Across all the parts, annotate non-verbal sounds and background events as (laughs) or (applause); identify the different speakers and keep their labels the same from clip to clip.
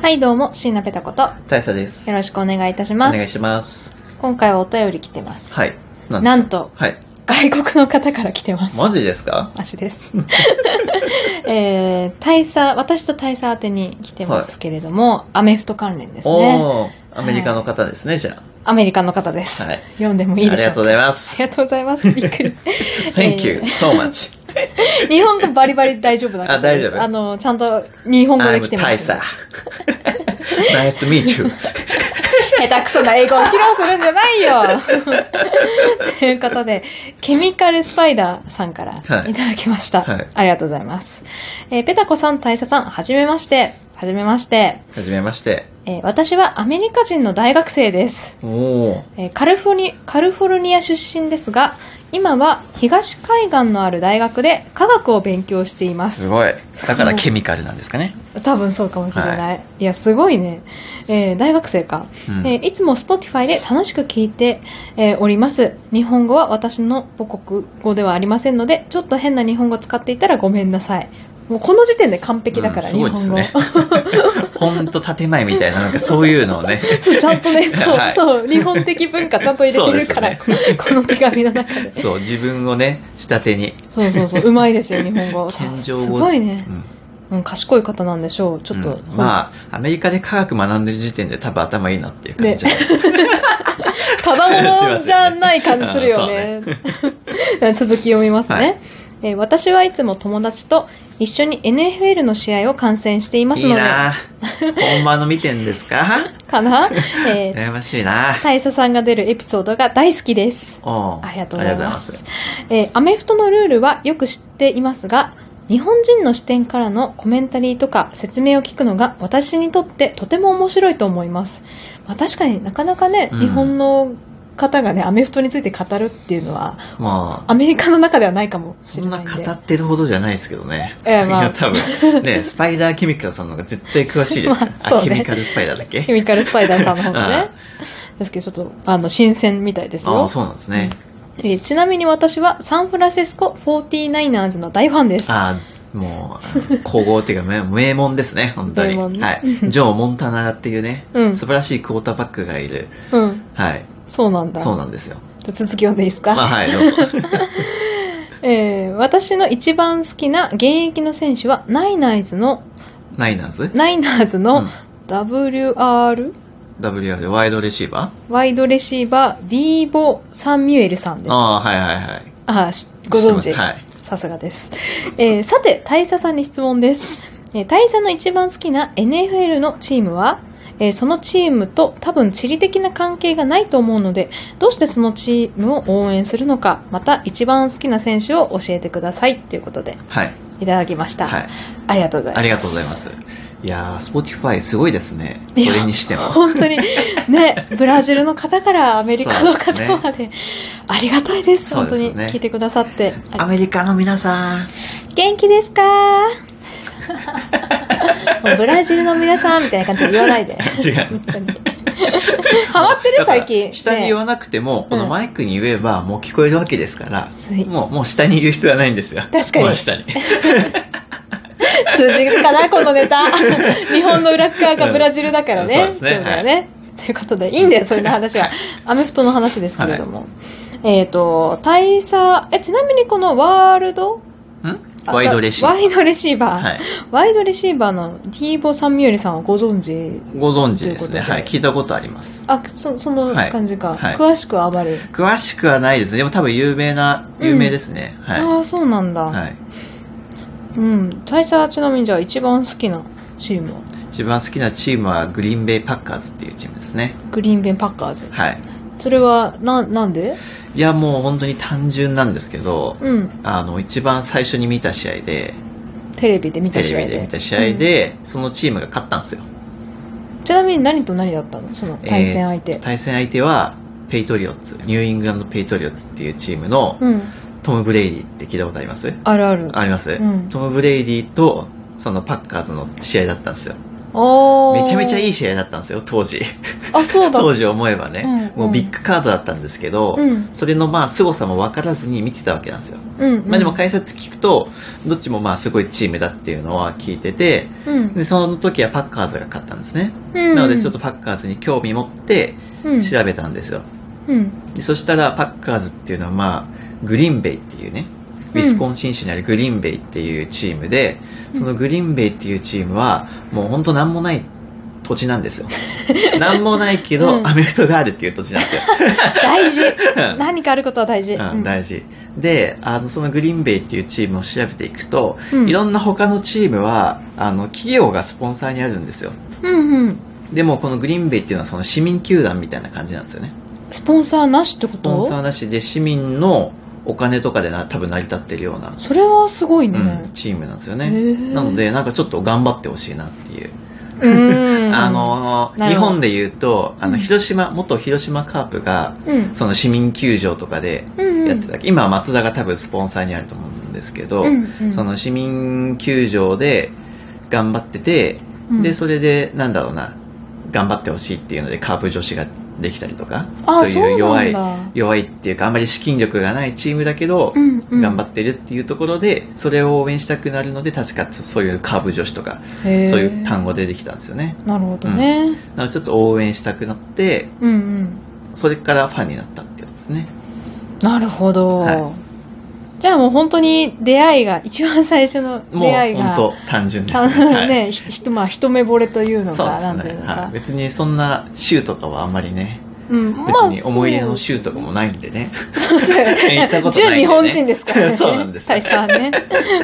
Speaker 1: はい、どうも、椎名ペタこと。よ
Speaker 2: 大佐です。
Speaker 1: ろしくお願いいたし
Speaker 2: お
Speaker 1: ます。
Speaker 2: 願いします。
Speaker 1: 今回はお便り来てます。
Speaker 2: はい。なん
Speaker 1: なんと、
Speaker 2: はい。
Speaker 1: 外国の方から来てます。
Speaker 2: マジですか
Speaker 1: マジです。 (laughs) えー、大佐、私と大佐宛てに来てますけれども、アメフト関連ですね。
Speaker 2: おー、アメリカの方ですね、じゃ
Speaker 1: アメリカの方です。
Speaker 2: あ。はい。
Speaker 1: 読んでもいい
Speaker 2: あ
Speaker 1: で
Speaker 2: り
Speaker 1: しょ
Speaker 2: が
Speaker 1: う
Speaker 2: と
Speaker 1: か
Speaker 2: うございま
Speaker 1: あ
Speaker 2: す。
Speaker 1: りがとうございます。びっくり。
Speaker 2: Thank you so much.
Speaker 1: (laughs) 日本語バリバリ大丈夫だからです。
Speaker 2: あ大丈夫
Speaker 1: あの、ちゃんと日本語で
Speaker 2: I'm
Speaker 1: 来てます。
Speaker 2: Taisa. (laughs) nice to meet you.
Speaker 1: 下手くそな英語を披露するんじゃないよ (laughs) ということで、ケミカルスパイダーさんからいた
Speaker 2: はい
Speaker 1: だきました。
Speaker 2: はい
Speaker 1: ありがとうございます。えーペタコさん、大佐さん、はじめまして。はじめまして。
Speaker 2: はじめまして。
Speaker 1: えー私はアメリカ人の大学生です。
Speaker 2: おー。
Speaker 1: えーカルフォルニカルフォルニア出身ですが、今は東海岸のある大学で科学を勉強しています
Speaker 2: す。ごい。だからケミカルなんですかね。
Speaker 1: 多分そうかもしれない。、
Speaker 2: はい
Speaker 1: や、すごいね。えー大学生か。
Speaker 2: うん
Speaker 1: えーいつも Spotify で楽しく聞いて、えーおります。日本語は私の母国語ではありませんので、ちょっと変な日本語使っていたらごめんなさい。もうこの時点で完璧だから、
Speaker 2: うんすごいで
Speaker 1: 日
Speaker 2: す
Speaker 1: 本語。
Speaker 2: ね。ほんと建前みたいな、なんかそういうのをね。
Speaker 1: (laughs)
Speaker 2: (laughs)
Speaker 1: そうちゃんとね、そう、
Speaker 2: はい
Speaker 1: そう、日本的文化ちゃんと入れてるから、
Speaker 2: そう
Speaker 1: この手紙の中で。
Speaker 2: そう、自分をね、仕立てに。
Speaker 1: そうそうそう、うまいですよ、日本
Speaker 2: (laughs)
Speaker 1: 語。さ
Speaker 2: 謙
Speaker 1: す
Speaker 2: 譲を。
Speaker 1: ごいね
Speaker 2: う、ん
Speaker 1: うん。賢い方なんでしょう。ちょっと、
Speaker 2: うんまあアメリカで科学学んでる時点で多分頭いいなっていう感じ、
Speaker 1: ただものじゃない感じするよね。
Speaker 2: (laughs)
Speaker 1: (laughs) 続き読みますね。
Speaker 2: はい
Speaker 1: えー私はいつも友達と一緒に NFL の試合を観戦しています
Speaker 2: い
Speaker 1: の
Speaker 2: い
Speaker 1: で、
Speaker 2: な本場の見てんですか
Speaker 1: か
Speaker 2: (laughs)
Speaker 1: な、えー、
Speaker 2: 羨ましいな
Speaker 1: 大佐さんが出るエピソードが大好きです。
Speaker 2: おう
Speaker 1: ありがとうございます
Speaker 2: ありがとうござい
Speaker 1: えーアメフトのルールはよく知っていますが、日本人の視点からのコメンタリーとか説明を聞くのが私にとってとても面白いと思います。まあ、確かになかなかね、
Speaker 2: うん
Speaker 1: 日本の方がね、アメフトについて語るっていうのは、
Speaker 2: ますまあ
Speaker 1: アメリカの中ではないかもし
Speaker 2: そ
Speaker 1: れ
Speaker 2: ん
Speaker 1: な
Speaker 2: ない
Speaker 1: んで。
Speaker 2: 語ってるほどじゃないですけどね。
Speaker 1: ええまあ
Speaker 2: いや、多分、ね、スパイダーケミカルさんの方が絶対詳しいですから。
Speaker 1: (laughs) まあそうね
Speaker 2: ケミカルスパイダーだっ
Speaker 1: ケ
Speaker 2: け
Speaker 1: ミカルスパイダーさんの方が
Speaker 2: あ
Speaker 1: ね。ですけど、ちょっと、あの、新鮮みたいです
Speaker 2: あ
Speaker 1: よ
Speaker 2: あ、。そうなんですね。
Speaker 1: えーちなみに私はサンフランシスコ 49ers の大ファンです。
Speaker 2: ああ、もう、皇后っていうか名、名門です
Speaker 1: (laughs)
Speaker 2: ね、本当に。
Speaker 1: 名門ね
Speaker 2: はい。ジョー・モンタナっていうね、
Speaker 1: うん
Speaker 2: 素晴らしいクォーターバックがいる。
Speaker 1: うん。
Speaker 2: はい。
Speaker 1: そうなんだ。
Speaker 2: そうなん
Speaker 1: (laughs)
Speaker 2: ですよ。
Speaker 1: じゃあ続き読んでいいですか、
Speaker 2: まあ、はい、どうぞ。
Speaker 1: えー私の一番好きな現役の選手は、ナイナイズの、
Speaker 2: ナイナーズ
Speaker 1: ナイナーズ
Speaker 2: う
Speaker 1: の
Speaker 2: ん
Speaker 1: WR、
Speaker 2: WR、ワイドレシーバ
Speaker 1: ワイドレシーバー、ディーボ・サミュエルさんです。
Speaker 2: ー
Speaker 1: あ
Speaker 2: ああ、はいはいはい。
Speaker 1: あー、しご存
Speaker 2: 知って
Speaker 1: 知。
Speaker 2: ますはい。
Speaker 1: さすがです。えーさて、大佐さんに質問です。えー大佐の一番好きな NFL のチームは、えーそのチームと多分地理的な関係がないと思うので、どうしてそのチームを応援するのか、また一番好きな選手を教えてください。ということで、
Speaker 2: はい。
Speaker 1: いただきました。
Speaker 2: はい。
Speaker 1: ありがとうございます。
Speaker 2: ありがとうございま。す。いやー、Spotify すごいですね。そ
Speaker 1: いや
Speaker 2: れにしても。
Speaker 1: 本当に、ね、ブラジルの方からアメリカの
Speaker 2: そう
Speaker 1: 方
Speaker 2: ですね
Speaker 1: まで、ありがたいです。
Speaker 2: そう
Speaker 1: 本
Speaker 2: です
Speaker 1: 当
Speaker 2: ね
Speaker 1: に、聞いてくださって。
Speaker 2: アメリカの皆さん、
Speaker 1: 元気ですか (laughs) もうブラジルの皆さんみたいな感じで言わないで。
Speaker 2: 違う
Speaker 1: 本。当に。ハマってる
Speaker 2: だから
Speaker 1: 最近。
Speaker 2: 下に言わなくても、このマイクに言えば、もう聞こえるわけですから、
Speaker 1: すい
Speaker 2: もう、もう下に言う必要はないんですよ。
Speaker 1: 確かに
Speaker 2: もう
Speaker 1: (laughs)
Speaker 2: 下に。
Speaker 1: ね通じるかな、このネ
Speaker 2: (laughs)
Speaker 1: タ。日本の裏側がブラジルだからね。
Speaker 2: うんそうですね
Speaker 1: だよね。ということで、いいんだよ、そういう話は。アメフトの話ですけれども。えっ、と、大佐、え、ちなみにこのワールド
Speaker 2: ん
Speaker 1: あ
Speaker 2: ワイドレシーバ
Speaker 1: ワイドレシーバー。
Speaker 2: ー。はい。
Speaker 1: ワイドレシーバーのディーボ・サミュエルさんはご存知
Speaker 2: ご存知です
Speaker 1: ということで
Speaker 2: ね。はい。聞いたことあります。
Speaker 1: あ、そその感じか。
Speaker 2: はいはい
Speaker 1: 詳しくはあまり。
Speaker 2: 詳しくはないですね。でも多分有名な、有名ですね。は
Speaker 1: ああそうなんだ、
Speaker 2: い。はい。
Speaker 1: うん大佐はちなみにじゃあ一番好きなチームは
Speaker 2: 一番好きなチームはグリーンベイパッカーズっていうチームですね。
Speaker 1: グリーンベン・パッカーズ
Speaker 2: はい。
Speaker 1: それはななんで
Speaker 2: いや、もう本当に単純なんですけど、
Speaker 1: うん
Speaker 2: あの、一番最初に見た試合で、
Speaker 1: テレビで見た
Speaker 2: テ
Speaker 1: 試合
Speaker 2: レ
Speaker 1: で
Speaker 2: ビで見た試合で、そのチームが勝ったんですよ。
Speaker 1: うんちなみに何と何だったのその対戦相手、
Speaker 2: えー対戦相手は、ペイトリオッツ、ニューイングランドペイトリオッツっていうチームの、
Speaker 1: うん
Speaker 2: トム・ブレイディって聞いたことあります
Speaker 1: あるある
Speaker 2: あります、
Speaker 1: うん
Speaker 2: トム・ブレイディと、そのパッカーズの試合だったんですよ。
Speaker 1: お
Speaker 2: めちゃめちゃい
Speaker 1: い。
Speaker 2: い試合だったんですよ当時
Speaker 1: あ、そうだ。
Speaker 2: 当時思えばね、
Speaker 1: うんうん
Speaker 2: もうビッグカードだったんですけど、
Speaker 1: うん
Speaker 2: それのまあ凄さも分からずに見てたわけなんですよ、
Speaker 1: うん、うん。
Speaker 2: まあ、でも、解説聞くとどっちもまあすごいチームだっていうのは聞いてて
Speaker 1: うん。
Speaker 2: でその時はパッカーズが勝ったんですね、
Speaker 1: うん
Speaker 2: なのでちょっと、パッカーズに興味持って
Speaker 1: うん、
Speaker 2: 調べたんですよ、
Speaker 1: うん。
Speaker 2: でそしたらパッカーズっていうのはまあグリーンベイっていうねウィスコンシン州にあるグリーンベイっていうチームで、
Speaker 1: うん
Speaker 2: そのグリーンベイっていうチームはもうほんと何もない土地なんです
Speaker 1: (laughs)
Speaker 2: よ何もないけど、
Speaker 1: うん
Speaker 2: アメフトがあるっていう土地なん
Speaker 1: (laughs)
Speaker 2: ですよ、
Speaker 1: 大事。
Speaker 2: うん
Speaker 1: 何かあることは大事。
Speaker 2: うん、大事であのそのグリーンベイっていうチームを調べていくと、
Speaker 1: うん
Speaker 2: いろんな他のチームはあの企業がスポンサーにあるんですよ
Speaker 1: うんうん。
Speaker 2: でもこのグリーンベイっていうのはその市民球団みたいな感じなんですよね
Speaker 1: スポンサーなしってこと
Speaker 2: スポンサーなしで市民のお金とかでな多分成り立ってるような、
Speaker 1: それはすごいね。
Speaker 2: うん、チームなんですよ
Speaker 1: へ
Speaker 2: ね
Speaker 1: ー
Speaker 2: なの、でなんかちょっと頑張ってほしいなっていう、
Speaker 1: うん。
Speaker 2: (laughs) あ、の
Speaker 1: な
Speaker 2: 日
Speaker 1: るほど
Speaker 2: 本で言うとあ
Speaker 1: う
Speaker 2: の
Speaker 1: ん
Speaker 2: 広島元広島カープが
Speaker 1: うん。
Speaker 2: その市民球場とかで
Speaker 1: うんうん、
Speaker 2: やってた、今は松田が多分スポンサーにあると思うんですけど、
Speaker 1: うんうん
Speaker 2: その市民球場で頑張ってて、
Speaker 1: うん
Speaker 2: でそれでなんだろうな頑張ってほしいっていうのでカープ女子ができたりとか
Speaker 1: あ
Speaker 2: そういう弱い
Speaker 1: そうなんだ
Speaker 2: 弱いっていうかあんまり資金力がないチームだけど、
Speaker 1: うんうん
Speaker 2: 頑張ってるっていうところでそれを応援したくなるので確かそういうカープ女子とか
Speaker 1: そう
Speaker 2: そう
Speaker 1: い
Speaker 2: いう単語出てきたんですよね
Speaker 1: なるほどね。
Speaker 2: なのでちょっと応援したくなって
Speaker 1: うんうん。
Speaker 2: それからファンになったっていうことですね
Speaker 1: なるほど。
Speaker 2: は
Speaker 1: じゃあもう本当に出会いが、一番最初の
Speaker 2: もう
Speaker 1: 出会いが、
Speaker 2: 本当単純です
Speaker 1: た
Speaker 2: ねはい
Speaker 1: ね、ひひとまあ一目惚れというの
Speaker 2: そう
Speaker 1: か、
Speaker 2: で
Speaker 1: なん
Speaker 2: す
Speaker 1: ていう
Speaker 2: ね、
Speaker 1: の
Speaker 2: は
Speaker 1: か
Speaker 2: い、。別にそんな週とかはあんまりね
Speaker 1: うん、
Speaker 2: 別に思い出の週とかもないんでね、 (laughs) 行ったことないんでね
Speaker 1: 純日本人ですからね。
Speaker 2: (laughs) そうなんです
Speaker 1: 大佐はね。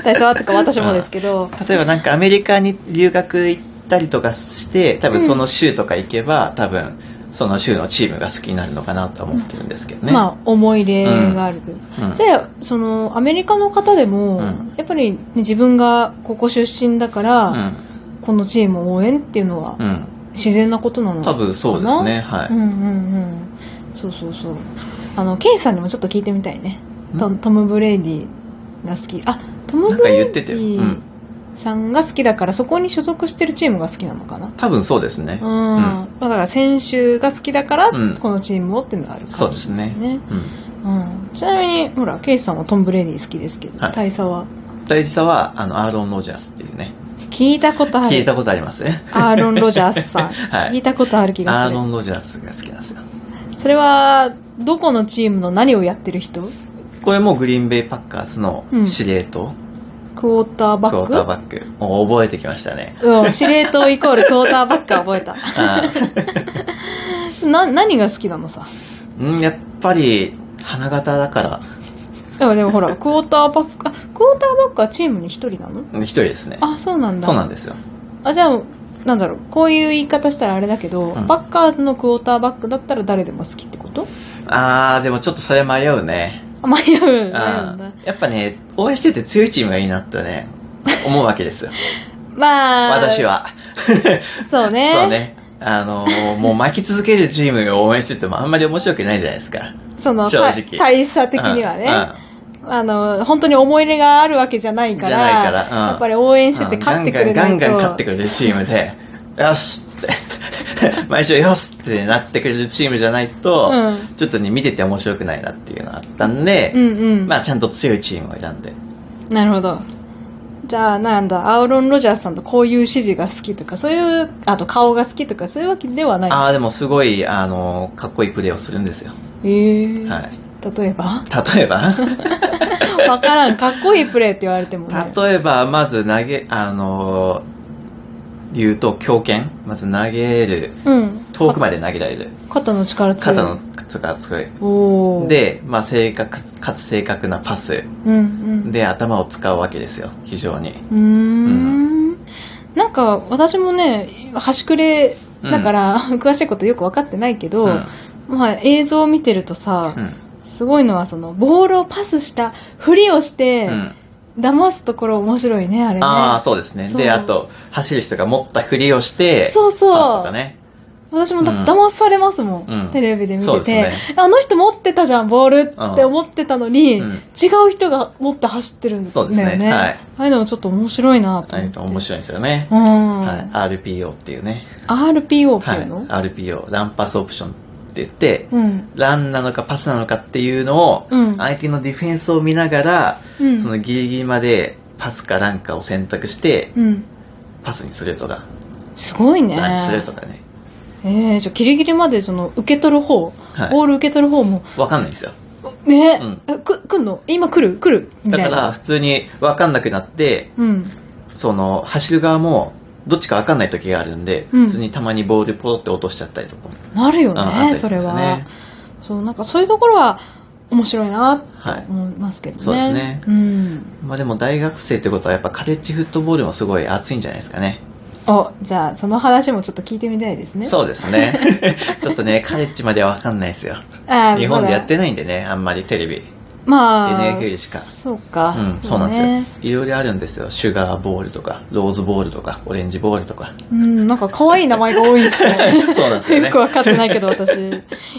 Speaker 1: 大佐はとか私もですけど。
Speaker 2: 例えばなんかアメリカに留学行ったりとかして多分その州とか行けば、多分その州のチームが好きになるのかなとは思ってるんですけど (laughs) ね、
Speaker 1: まあ思い出があるという、
Speaker 2: うん
Speaker 1: でそのアメリカの方でも、
Speaker 2: うん
Speaker 1: やっぱり、ね、自分がここ出身だから、
Speaker 2: うん
Speaker 1: このチームを応援っていうのは
Speaker 2: うん、
Speaker 1: 自然なことなの
Speaker 2: 多分そうですね
Speaker 1: う
Speaker 2: は
Speaker 1: んうんうんそうそうそうあのケイさんにもちょっと聞いてみたいね
Speaker 2: ん
Speaker 1: トトム・ブレイディが好きあト
Speaker 2: い
Speaker 1: ム・
Speaker 2: なん
Speaker 1: ブ
Speaker 2: か
Speaker 1: レ
Speaker 2: 言っ
Speaker 1: イ
Speaker 2: て
Speaker 1: デ
Speaker 2: たよ、うん
Speaker 1: ィ、さんが好きだから、そこに所属してるチームが好きなのかな
Speaker 2: 多分そうですね、
Speaker 1: うん、
Speaker 2: う
Speaker 1: だから選手が好きだから、
Speaker 2: うん
Speaker 1: このチームをっていうのがある
Speaker 2: そ
Speaker 1: か
Speaker 2: う
Speaker 1: も
Speaker 2: で
Speaker 1: し
Speaker 2: す
Speaker 1: れない
Speaker 2: ね
Speaker 1: ね
Speaker 2: うん
Speaker 1: うんちなみに、ほら、ケイさんはトム・ブレイディ好きですけど、
Speaker 2: はい
Speaker 1: 大佐は
Speaker 2: 大事さはあのアーロン・ロジャースっていうね
Speaker 1: 聞いたことあ
Speaker 2: 聞い
Speaker 1: る。
Speaker 2: たことありますね
Speaker 1: アーロン・ロジャースさん。
Speaker 2: (laughs) はい
Speaker 1: 聞いたことある気
Speaker 2: ア
Speaker 1: が
Speaker 2: ー
Speaker 1: す
Speaker 2: ロ
Speaker 1: る。
Speaker 2: ン・ロジャースが好きなんですよ
Speaker 1: それは、どこのチームの何をやってる人
Speaker 2: これもグリーンベイ・パッカーズの司令塔、
Speaker 1: クォーターバ
Speaker 2: クォ
Speaker 1: ッ
Speaker 2: ーター
Speaker 1: ク
Speaker 2: バックお覚えてきましたね
Speaker 1: うん、司令塔イコールク (laughs) ォーターバックは覚えた。
Speaker 2: あ
Speaker 1: (laughs)
Speaker 2: ー
Speaker 1: な、何が好きなのさ。
Speaker 2: うんやっぱり花形だから
Speaker 1: でもでもほら、クォーターバック、あ、クォーターバックはチームに一人なの
Speaker 2: うん一人ですね
Speaker 1: あ、そうなんだ。
Speaker 2: そうなんですよ
Speaker 1: あ、じゃあ、なんだろう、こういう言い方したらあれだけど、
Speaker 2: うん
Speaker 1: バッカーズのクォーターバックだったら誰でも好きってこと
Speaker 2: あーでもちょっとそれ迷うね
Speaker 1: あ迷う。迷うんだ。
Speaker 2: あーやっぱね応援してて強いチームがいいな
Speaker 1: (laughs)
Speaker 2: とね思うわけですよ
Speaker 1: まあ、
Speaker 2: 私。は、
Speaker 1: そうね。
Speaker 2: そう。ねあのーもう巻き続けるチームが応援しててもあんまり面白くないじゃないですか
Speaker 1: その、
Speaker 2: 正
Speaker 1: た
Speaker 2: 直
Speaker 1: 大差的にはね、
Speaker 2: うんうん
Speaker 1: あの、本当に思い入れがあるわけじゃないから、
Speaker 2: じゃないからうん
Speaker 1: やっぱり応援してて勝ってくれないと。
Speaker 2: ガンガンガンガン勝ってくれるチームで、よしっつって、 (laughs) 毎週よしってなってくれるチームじゃないと、
Speaker 1: うん
Speaker 2: ちょっとね、見てて面白くないなっていうのがあったんで、
Speaker 1: うんうん。
Speaker 2: まあちゃんと強いチームを選んで。
Speaker 1: なるほど。じゃあ、なんだ、アーロン・ロジャースさんとこういう指示が好きとか、そういう、あと顔が好きとか、そういうわけではない。
Speaker 2: ああ、でもすごい、あの、かっこいいプレーをするんですよ。
Speaker 1: えー
Speaker 2: はい。
Speaker 1: 例えば
Speaker 2: 例
Speaker 1: (laughs)
Speaker 2: えば、
Speaker 1: わからん。かっこいいプレーって言われてもね。
Speaker 2: 例えば、まず投げ、あの、言うと、強肩。まず投げる。
Speaker 1: うん。
Speaker 2: 遠くまで投げられる。
Speaker 1: か肩の力強い。
Speaker 2: 肩の力が強い。
Speaker 1: おー。、
Speaker 2: で、まあ正確、かつ正確なパス。
Speaker 1: うんうん。
Speaker 2: で頭を使うわけですよ非常に
Speaker 1: うーん。なんか、私もね、端くれだから、詳しいことよくわかってないけど、
Speaker 2: うん
Speaker 1: まあ映像を見てるとさ、
Speaker 2: うん
Speaker 1: すごいのはその、ボールをパスしたふりをして、
Speaker 2: うん
Speaker 1: 騙すところ面白いね、あれね。
Speaker 2: ああそうですね
Speaker 1: そう
Speaker 2: であと走る人が持ったふりをして
Speaker 1: そうそう
Speaker 2: パスとかね
Speaker 1: 私もだ、
Speaker 2: うん
Speaker 1: 騙されますもん、
Speaker 2: うん
Speaker 1: テレビで見
Speaker 2: そう
Speaker 1: て
Speaker 2: です
Speaker 1: て、
Speaker 2: ね
Speaker 1: あの人持ってたじゃんボール
Speaker 2: うん
Speaker 1: って思ってたのに、
Speaker 2: うん
Speaker 1: 違う人が持って走ってるんだ
Speaker 2: そ
Speaker 1: よ
Speaker 2: う
Speaker 1: ね
Speaker 2: ですねはい
Speaker 1: ああいうのもちょっと面白いなと
Speaker 2: ああい
Speaker 1: 思
Speaker 2: う
Speaker 1: って
Speaker 2: の面白いんですよね。
Speaker 1: うん
Speaker 2: はい、RPO っていうね。
Speaker 1: RPO って
Speaker 2: はいい、
Speaker 1: うの、
Speaker 2: RPO、ランパスオプションって言って、
Speaker 1: うん
Speaker 2: ランなのかパスなのかっていうのを、
Speaker 1: うん
Speaker 2: 相手のディフェンスを見ながら、
Speaker 1: うん
Speaker 2: そのギリギリまでパスかランかを選択して、
Speaker 1: うん
Speaker 2: パスにするとか、
Speaker 1: すごいね
Speaker 2: ランにするとかね。
Speaker 1: えー、じゃあギリギリまでその受け取る方、
Speaker 2: はい
Speaker 1: ボール受け取る方も
Speaker 2: わかんないんですよ。
Speaker 1: ね、
Speaker 2: うん
Speaker 1: えく来んの今来る来るみ
Speaker 2: だ
Speaker 1: たい
Speaker 2: か
Speaker 1: な
Speaker 2: ら普通にわかんなくなって、
Speaker 1: うん
Speaker 2: その走る側もどっちかわかんない時があるんで、
Speaker 1: うん
Speaker 2: 普通にたまにボールポロって落としちゃったりとかも。
Speaker 1: なるよ
Speaker 2: うんあった
Speaker 1: ね
Speaker 2: りす
Speaker 1: それ
Speaker 2: るんですよ
Speaker 1: は
Speaker 2: ね
Speaker 1: そうなんかそういうところは面白いなと
Speaker 2: はい。
Speaker 1: 思いますけどね
Speaker 2: そうですね
Speaker 1: うん
Speaker 2: まあでも大学生ってことはやっぱカレッジフットボールもすごい熱いんじゃないですかね。
Speaker 1: おじゃあその話もちょっと聞いてみたいですね
Speaker 2: そうですね。
Speaker 1: (laughs)
Speaker 2: ちょっとね、カレッジまではわかんないですよ。
Speaker 1: あー
Speaker 2: 日本でや
Speaker 1: ま
Speaker 2: っ
Speaker 1: だ
Speaker 2: てないんでね、あんまりテレビ。
Speaker 1: まあ
Speaker 2: NHK しか
Speaker 1: そうか
Speaker 2: うん、そうなん
Speaker 1: ね
Speaker 2: ですよ。いろいろあるんですよ。シュガーボールとか、ローズボールとか、オレンジボール
Speaker 1: (laughs)
Speaker 2: とか。
Speaker 1: うんなんか可愛い名前が多いですね
Speaker 2: そうなんですよね
Speaker 1: よくわかってないけど私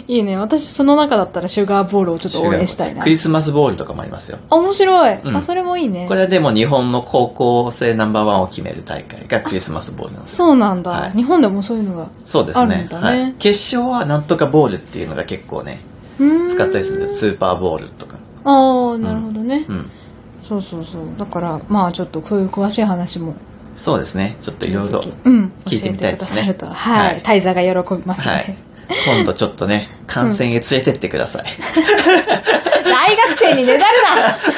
Speaker 1: いいね私その中だったらシュガーボールをちょっと応援したいな
Speaker 2: クリスマスボールとかもありますよ。
Speaker 1: あ面白い、
Speaker 2: うん
Speaker 1: あそれもいいね
Speaker 2: これはでも日本の高校生ナンバーワンを決める大会がクリスマスボールなんですよ。
Speaker 1: そうなんだ、
Speaker 2: はい
Speaker 1: 日本でもそういうのが
Speaker 2: そうです
Speaker 1: あるん
Speaker 2: ね
Speaker 1: だね
Speaker 2: はい。決勝はなんとかボールっていうのが結構ね、
Speaker 1: 使
Speaker 2: 使ったりするんですスーパーボールとか。
Speaker 1: ああなるほどね、
Speaker 2: うん。
Speaker 1: そうそうそうだからまあちょっとこういう詳しい話も
Speaker 2: そうですね。ちょっといろいろ。
Speaker 1: うん
Speaker 2: 聞いてみたいです
Speaker 1: 教
Speaker 2: ね
Speaker 1: えてくださるとはい、
Speaker 2: はい
Speaker 1: タイザーが喜びますね、
Speaker 2: はい。今度ちょっとね、観戦へ連れてってください。
Speaker 1: 大学生にねだ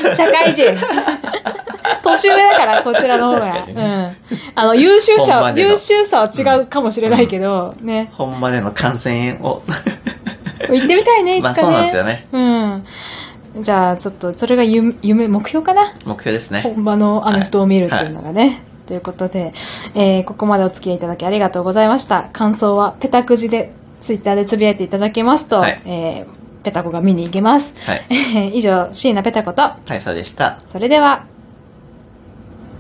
Speaker 1: るな社会人年上だからこちらの方
Speaker 2: 確
Speaker 1: が、
Speaker 2: かにね
Speaker 1: うん、あの優秀
Speaker 2: 本
Speaker 1: 者
Speaker 2: 番での
Speaker 1: 優秀さは違うかもしれないけど、ね
Speaker 2: 本場での観戦を。
Speaker 1: 行ってみたいねいつ
Speaker 2: (laughs) ま
Speaker 1: かね、
Speaker 2: あそうなんですよね。
Speaker 1: うんじゃあちょっとそれが夢夢目標かな
Speaker 2: 目標ですね。
Speaker 1: 本場のアメフトを見るっていうのがね。ということで、えーここまでお付き合いいただきありがとうございました。感想はペタくじで、ツイッターでつぶやいていただけますと、
Speaker 2: はい
Speaker 1: えーペタコが見に行けます。 (laughs)
Speaker 2: はい。
Speaker 1: 以上、椎名ペタコと、
Speaker 2: 大佐でした。
Speaker 1: それでは、